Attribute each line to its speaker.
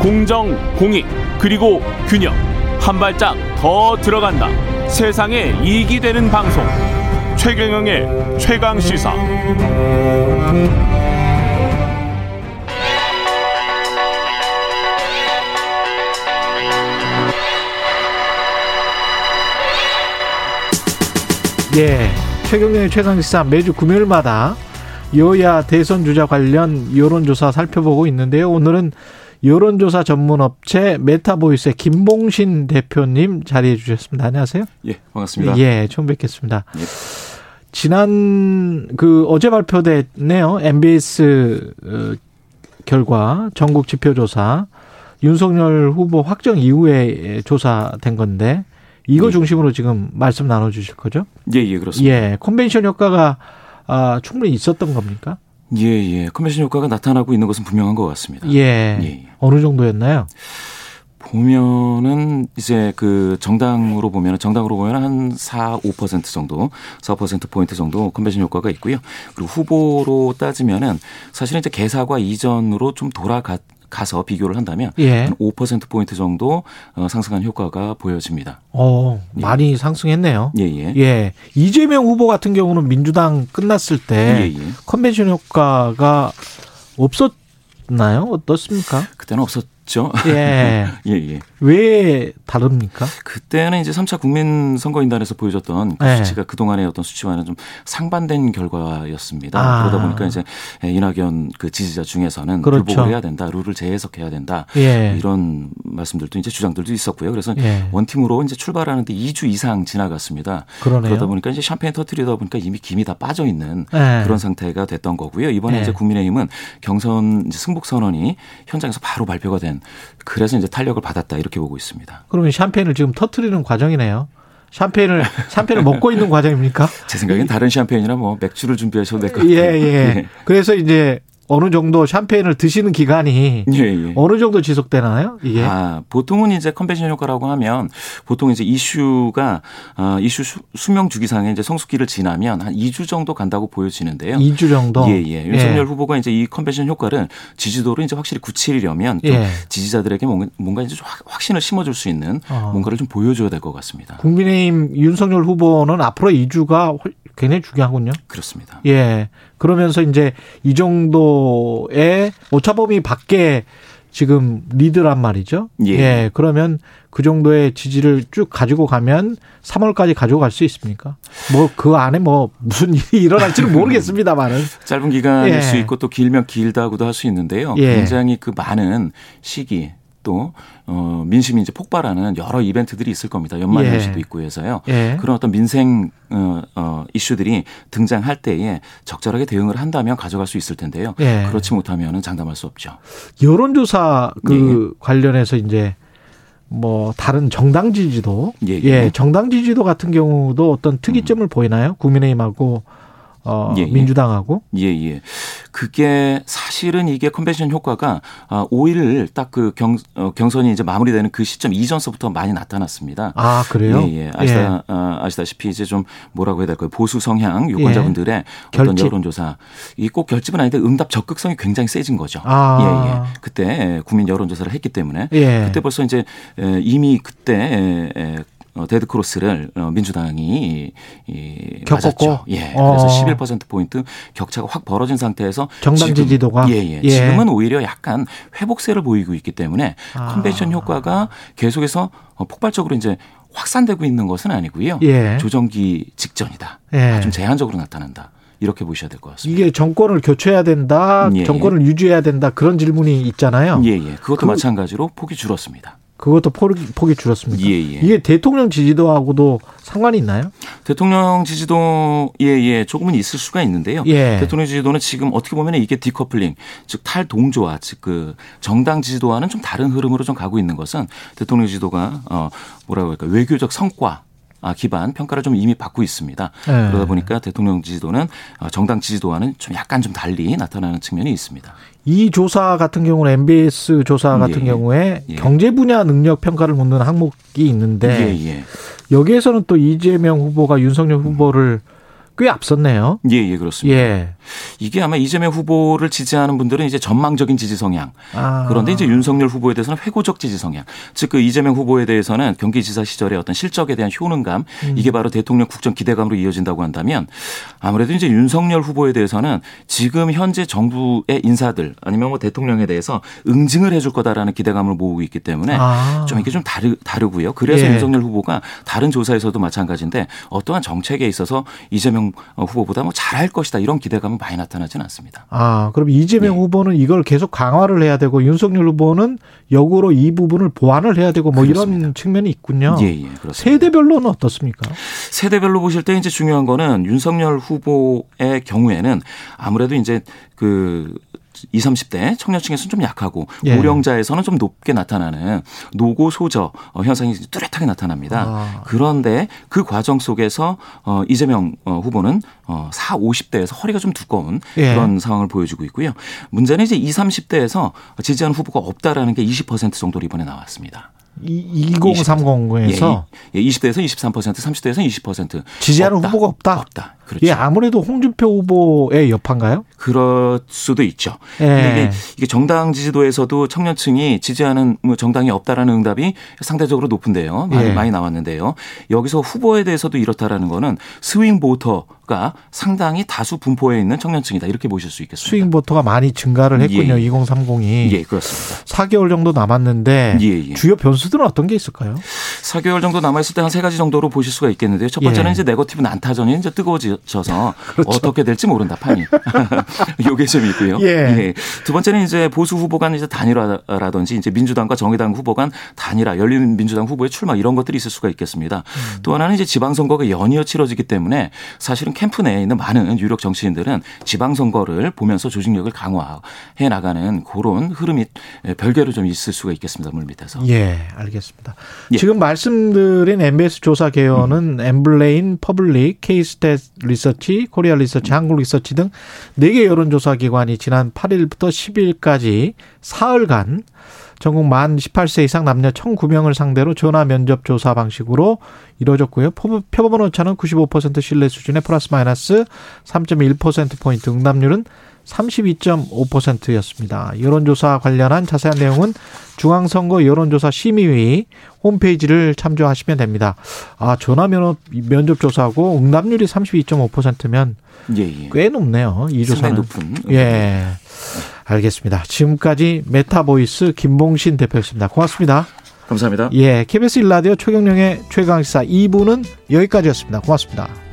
Speaker 1: 공정, 공익, 그리고 균형. 한 발짝 더 들어간다. 세상에 이익이 되는 방송. 최경영의 최강 시사.
Speaker 2: 예. 최경영의 최강시사 매주 금요일마다 여야 대선 주자 관련 여론조사 살펴보고 있는데요. 오늘은 여론조사 전문업체 메타보이스의 김봉신 대표님 자리해 주셨습니다. 안녕하세요.
Speaker 3: 예, 반갑습니다.
Speaker 2: 예, 처음 뵙겠습니다. 지난 그 어제 발표됐네요. MBS 어, 결과 전국 지표조사 윤석열 후보 확정 이후에 조사된 건데 이거
Speaker 3: 예.
Speaker 2: 중심으로 지금 말씀 나눠 주실 거죠?
Speaker 3: 예, 예, 그렇습니다.
Speaker 2: 예, 컨벤션 효과가 아, 충분히 있었던 겁니까?
Speaker 3: 예, 예. 컨벤션 효과가 나타나고 있는 것은 분명한 것 같습니다.
Speaker 2: 예.
Speaker 3: 예.
Speaker 2: 어느 정도였나요?
Speaker 3: 보면은 이제 그 정당으로 보면 정당으로 보면 한 4, 5% 정도, 4% 포인트 정도 컨벤션 효과가 있고요. 그리고 후보로 따지면은 사실은 이제 개사과 이전으로 좀 돌아가 가서 비교를 한다면
Speaker 2: 예.
Speaker 3: 한 5% 포인트 정도 어, 상승한 효과가 보여집니다.
Speaker 2: 어, 많이 상승했네요.
Speaker 3: 예, 예.
Speaker 2: 예. 이재명 후보 같은 경우는 민주당 끝났을 때
Speaker 3: 예, 예.
Speaker 2: 컨벤션 효과가 없었나요? 어떻습니까?
Speaker 3: 그때는 없었죠.
Speaker 2: 예.
Speaker 3: 예, 예.
Speaker 2: 왜 다릅니까?
Speaker 3: 그때는 이제 3차 국민 선거인단에서 보여줬던 그
Speaker 2: 네.
Speaker 3: 수치가 그동안의 어떤 수치와는 좀 상반된 결과였습니다.
Speaker 2: 아.
Speaker 3: 그러다 보니까 이제 이낙연 그 지지자 중에서는
Speaker 2: 그렇죠.
Speaker 3: 불복을 해야 된다, 룰을 재해석해야 된다.
Speaker 2: 예.
Speaker 3: 이런 말씀들도 이제 주장들도 있었고요. 그래서
Speaker 2: 예.
Speaker 3: 원팀으로 이제 출발하는데 2주 이상 지나갔습니다.
Speaker 2: 그러네요.
Speaker 3: 그러다 보니까 이제 샴페인 터트리다 보니까 이미 김이 다 빠져 있는
Speaker 2: 예.
Speaker 3: 그런 상태가 됐던 거고요. 이번에
Speaker 2: 네.
Speaker 3: 이제 국민의힘은 경선 이제 승복 선언이 현장에서 바로 발표가 된 그래서 이제 탄력을 받았다 이렇게 보고 있습니다.
Speaker 2: 그러면 샴페인을 지금 터트리는 과정이네요. 샴페인을 샴페인을 먹고 있는 과정입니까?
Speaker 3: 제 생각엔 다른 샴페인이나 뭐 맥주를 준비하셔도 될 것
Speaker 2: 예,
Speaker 3: 같아요.
Speaker 2: 예. 그래서 이제 어느 정도 샴페인을 드시는 기간이
Speaker 3: 예, 예.
Speaker 2: 어느 예. 정도 지속되나요? 이게
Speaker 3: 아, 보통은 이제 컨벤션 효과라고 하면 보통 이제 이슈가 아, 이슈 수, 수명 주기상의 이제 성숙기를 지나면 한 2주 정도 간다고 보여지는데요.
Speaker 2: 이 2주 정도.
Speaker 3: 예, 예. 윤석열 후보가 이제 이 컨벤션 효과를 지지도를 이제 확실히 굳히려면 좀
Speaker 2: 예.
Speaker 3: 지지자들에게 뭔가- 뭔가 이제 좀 확- 확신을 심어줄 수 있는
Speaker 2: 어.
Speaker 3: 뭔가를 좀 보여줘야 될 것 같습니다.
Speaker 2: 국민의힘 윤석열 후보는 앞으로 2주가 굉장히 중요하군요.
Speaker 3: 그렇습니다.
Speaker 2: 예. 그러면서 이제 이 정도의 오차범위 밖에 지금 리드란 말이죠.
Speaker 3: 예.
Speaker 2: 그러면 그 정도의 지지를 쭉 가지고 가면 3월까지 가지고 갈 수 있습니까? 뭐 그 안에 뭐 무슨 일이 일어날지는 모르겠습니다만은.
Speaker 3: 짧은 기간일
Speaker 2: 예.
Speaker 3: 수 있고 또 길면 길다고도 할 수 있는데요.
Speaker 2: 예.
Speaker 3: 굉장히 그 많은 시기 또 어, 민심이 이제 폭발하는 여러 이벤트들이 있을 겁니다. 연말
Speaker 2: 예.
Speaker 3: 연시도 있고 해서요.
Speaker 2: 예.
Speaker 3: 그런 어떤 민생 어, 어, 이슈들이 등장할 때에 적절하게 대응을 한다면 가져갈 수 있을 텐데요.
Speaker 2: 예.
Speaker 3: 그렇지 못하면 은 장담할 수 없죠.
Speaker 2: 여론조사
Speaker 3: 예,
Speaker 2: 그 관련해서 이제 뭐 다른 정당 지지도
Speaker 3: 예, 예.
Speaker 2: 정당 지지도 같은 경우도 어떤 특이점을 보이나요? 국민의힘하고 어
Speaker 3: 예, 예.
Speaker 2: 민주당하고
Speaker 3: 예, 예. 그게 사실은 이게 컨벤션 효과가 아, 5일 딱 그 경, 어, 경선이 이제 마무리되는 그 시점 이전서부터 많이 나타났습니다.
Speaker 2: 아 그래요?
Speaker 3: 예, 예. 아시다, 아, 아시다시피 이제 좀 뭐라고 해야 될까요? 보수 성향 유권자분들의 어떤
Speaker 2: 예. 결집.
Speaker 3: 여론조사. 이 꼭 결집은 아닌데 응답 적극성이 굉장히 세진 거죠.
Speaker 2: 아.
Speaker 3: 예, 예. 그때 국민 여론조사를 했기 때문에
Speaker 2: 예.
Speaker 3: 그때 벌써 이제 에, 이미 그때 에, 에, 어, 데드 크로스를 어, 민주당이 이,
Speaker 2: 겪었고.
Speaker 3: 맞았죠. 예.
Speaker 2: 어.
Speaker 3: 그래서 11% 포인트 격차가 확 벌어진 상태에서
Speaker 2: 정당
Speaker 3: 지금,
Speaker 2: 지지도가?
Speaker 3: 예, 예.
Speaker 2: 예.
Speaker 3: 지금은 오히려 약간 회복세를 보이고 있기 때문에
Speaker 2: 아.
Speaker 3: 컨벤션 효과가 계속해서 어, 폭발적으로 이제 확산되고 있는 것은 아니고요.
Speaker 2: 예.
Speaker 3: 조정기 직전이다.
Speaker 2: 예.
Speaker 3: 아, 좀 제한적으로 나타난다. 이렇게 보셔야 될 것 같습니다.
Speaker 2: 이게 정권을 교체해야 된다,
Speaker 3: 예.
Speaker 2: 정권을 유지해야 된다 그런 질문이 있잖아요.
Speaker 3: 예, 예. 그것도
Speaker 2: 그-
Speaker 3: 마찬가지로 폭이 줄었습니다.
Speaker 2: 그것도 폭이, 폭이 줄었습니다.
Speaker 3: 예, 예.
Speaker 2: 이게 대통령 지지도하고도 상관이 있나요?
Speaker 3: 대통령 지지도 예예 조금은 있을 수가 있는데요.
Speaker 2: 예.
Speaker 3: 대통령 지지도는 지금 어떻게 보면 이게 디커플링 즉 탈동조화 즉 그 정당 지지도와는 좀 다른 흐름으로 좀 가고 있는 것은 대통령 지지도가 어 뭐라고 할까 외교적 성과 아, 기반 평가를 좀 이미 받고 있습니다.
Speaker 2: 예.
Speaker 3: 그러다 보니까 대통령 지지도는 어, 정당 지지도와는 좀 약간 좀 달리 나타나는 측면이 있습니다.
Speaker 2: 이 조사 같은 경우는 MBS 조사 같은
Speaker 3: 예.
Speaker 2: 경우에
Speaker 3: 예.
Speaker 2: 경제 분야 능력 평가를 묻는 항목이 있는데
Speaker 3: 예, 음. 예.
Speaker 2: 여기에서는 또 이재명 후보가 윤석열 후보를 꽤 앞섰네요.
Speaker 3: 예, 예, 그렇습니다.
Speaker 2: 예.
Speaker 3: 이게 아마 이재명 후보를 지지하는 분들은 이제 전망적인 지지 성향.
Speaker 2: 아.
Speaker 3: 그런데 이제 윤석열 후보에 대해서는 회고적 지지 성향. 즉 그 이재명 후보에 대해서는 경기지사 시절의 어떤 실적에 대한 효능감
Speaker 2: 음.
Speaker 3: 이게 바로 대통령 국정 기대감으로 이어진다고 한다면 아무래도 이제 윤석열 후보에 대해서는 지금 현재 정부의 인사들 아니면 뭐 대통령에 대해서 응징을 해줄 거다라는 기대감을 모으고 있기 때문에
Speaker 2: 아.
Speaker 3: 좀 이게 좀 다르, 다르고요. 그래서
Speaker 2: 예.
Speaker 3: 윤석열 후보가 다른 조사에서도 마찬가지인데 어떠한 정책에 있어서 이재명 후보보다 뭐 잘할 것이다 이런 기대감은 많이 나타나지는 않습니다.
Speaker 2: 아, 그럼 이재명
Speaker 3: 예.
Speaker 2: 후보는 이걸 계속 강화를 해야 되고 윤석열 후보는 역으로 이 부분을 보완을 해야 되고 뭐 이런 측면이 있군요.
Speaker 3: 예, 예, 그렇습니다.
Speaker 2: 세대별로는 어떻습니까?
Speaker 3: 세대별로 보실 때 이제 중요한 거는 윤석열 후보의 경우에는 아무래도 이제 그 20, 30대 청년층에서는 좀 약하고
Speaker 2: 예.
Speaker 3: 고령자에서는 좀 높게 나타나는 노고 소저 어, 현상이 이제 뚜렷하게 나타납니다.
Speaker 2: 아.
Speaker 3: 그런데 그 과정 속에서 어, 이재명 어, 후보는 어, 4, 50대에서 허리가 좀 두꺼운
Speaker 2: 예.
Speaker 3: 그런 상황을 보여주고 있고요. 문제는 이제 20, 30대에서 지지하는 후보가 없다라는 게 20% 정도로 이번에 나왔습니다.
Speaker 2: 이- 2030에서
Speaker 3: 예, 이- 예, 20대에서 23%, 30대에서 20%
Speaker 2: 지지하는
Speaker 3: 예. 없다.
Speaker 2: 후보가 없다.
Speaker 3: 없다. 그렇죠.
Speaker 2: 예, 아무래도 홍준표 후보의 여파인가요?
Speaker 3: 그럴 수도 있죠.
Speaker 2: 예.
Speaker 3: 근데 이게, 이게 정당 지지도에서도 청년층이 지지하는 뭐 정당이 없다라는 응답이 상대적으로 높은데요. 많이,
Speaker 2: 예.
Speaker 3: 많이 나왔는데요. 여기서 후보에 대해서도 이렇다라는 거는 스윙 보터가 상당히 다수 분포에 있는 청년층이다. 이렇게 보실 수 있겠습니다.
Speaker 2: 스윙 보터가 많이 증가를 했군요.
Speaker 3: 예.
Speaker 2: 2030이
Speaker 3: 예, 그렇습니다.
Speaker 2: 4개월 정도 남았는데
Speaker 3: 예, 예.
Speaker 2: 주요 변수들은 어떤 게 있을까요?
Speaker 3: 4개월 정도 남아있을 때 한 세 가지 정도로 보실 수가 있겠는데요. 첫 번째는
Speaker 2: 예. 그렇죠.
Speaker 3: 이제 네거티브 난타전이 이제 뜨거워져서 어떻게 될지 모른다 판이. 요게 좀 있고요.
Speaker 2: 예.
Speaker 3: 두 번째는 이제 보수 후보 간 이제 단일화라든지 이제 민주당과 정의당 후보 간 단일화, 열린 민주당 후보의 출마 이런 것들이 있을 수가 있겠습니다.
Speaker 2: 음.
Speaker 3: 또 하나는 이제 지방선거가 연이어 치러지기 때문에 사실은 캠프 내에 있는 많은 유력 정치인들은 지방선거를 보면서 조직력을 강화해 나가는 그런 흐름이 예, 별개로 좀 있을 수가 있겠습니다. 물 밑에서.
Speaker 2: 예, 알겠습니다.
Speaker 3: 예. 음.
Speaker 2: 지금 말씀드린 MBS 조사 개요는 엠블레인, 퍼블릭, 케이스탯 리서치, 코리아 리서치, 한국 리서치 등 네 개 여론조사 기관이 지난 8일부터 10일까지 사흘간 전국 만 18세 이상 남녀 1,009명을 상대로 전화 면접 조사 방식으로 이루어졌고요. 표본- 표본 오차는 95% 신뢰 수준의 플러스 마이너스 3.1%포인트 응답률은 32.5%였습니다. 여론조사 관련한 자세한 내용은 중앙선거 여론조사 심의위 홈페이지를 참조하시면 됩니다. 아, 전화 면허, 면접 조사하고 응답률이 32.5%면
Speaker 3: 예, 예.
Speaker 2: 꽤 높네요. 이 조사는.
Speaker 3: 상당히 높은
Speaker 2: 예. 알겠습니다. 지금까지 메타보이스 김봉신 대표였습니다. 고맙습니다.
Speaker 3: 감사합니다.
Speaker 2: 예. KBS 일라디오 최경령의 최강시사 2부는 여기까지였습니다. 고맙습니다.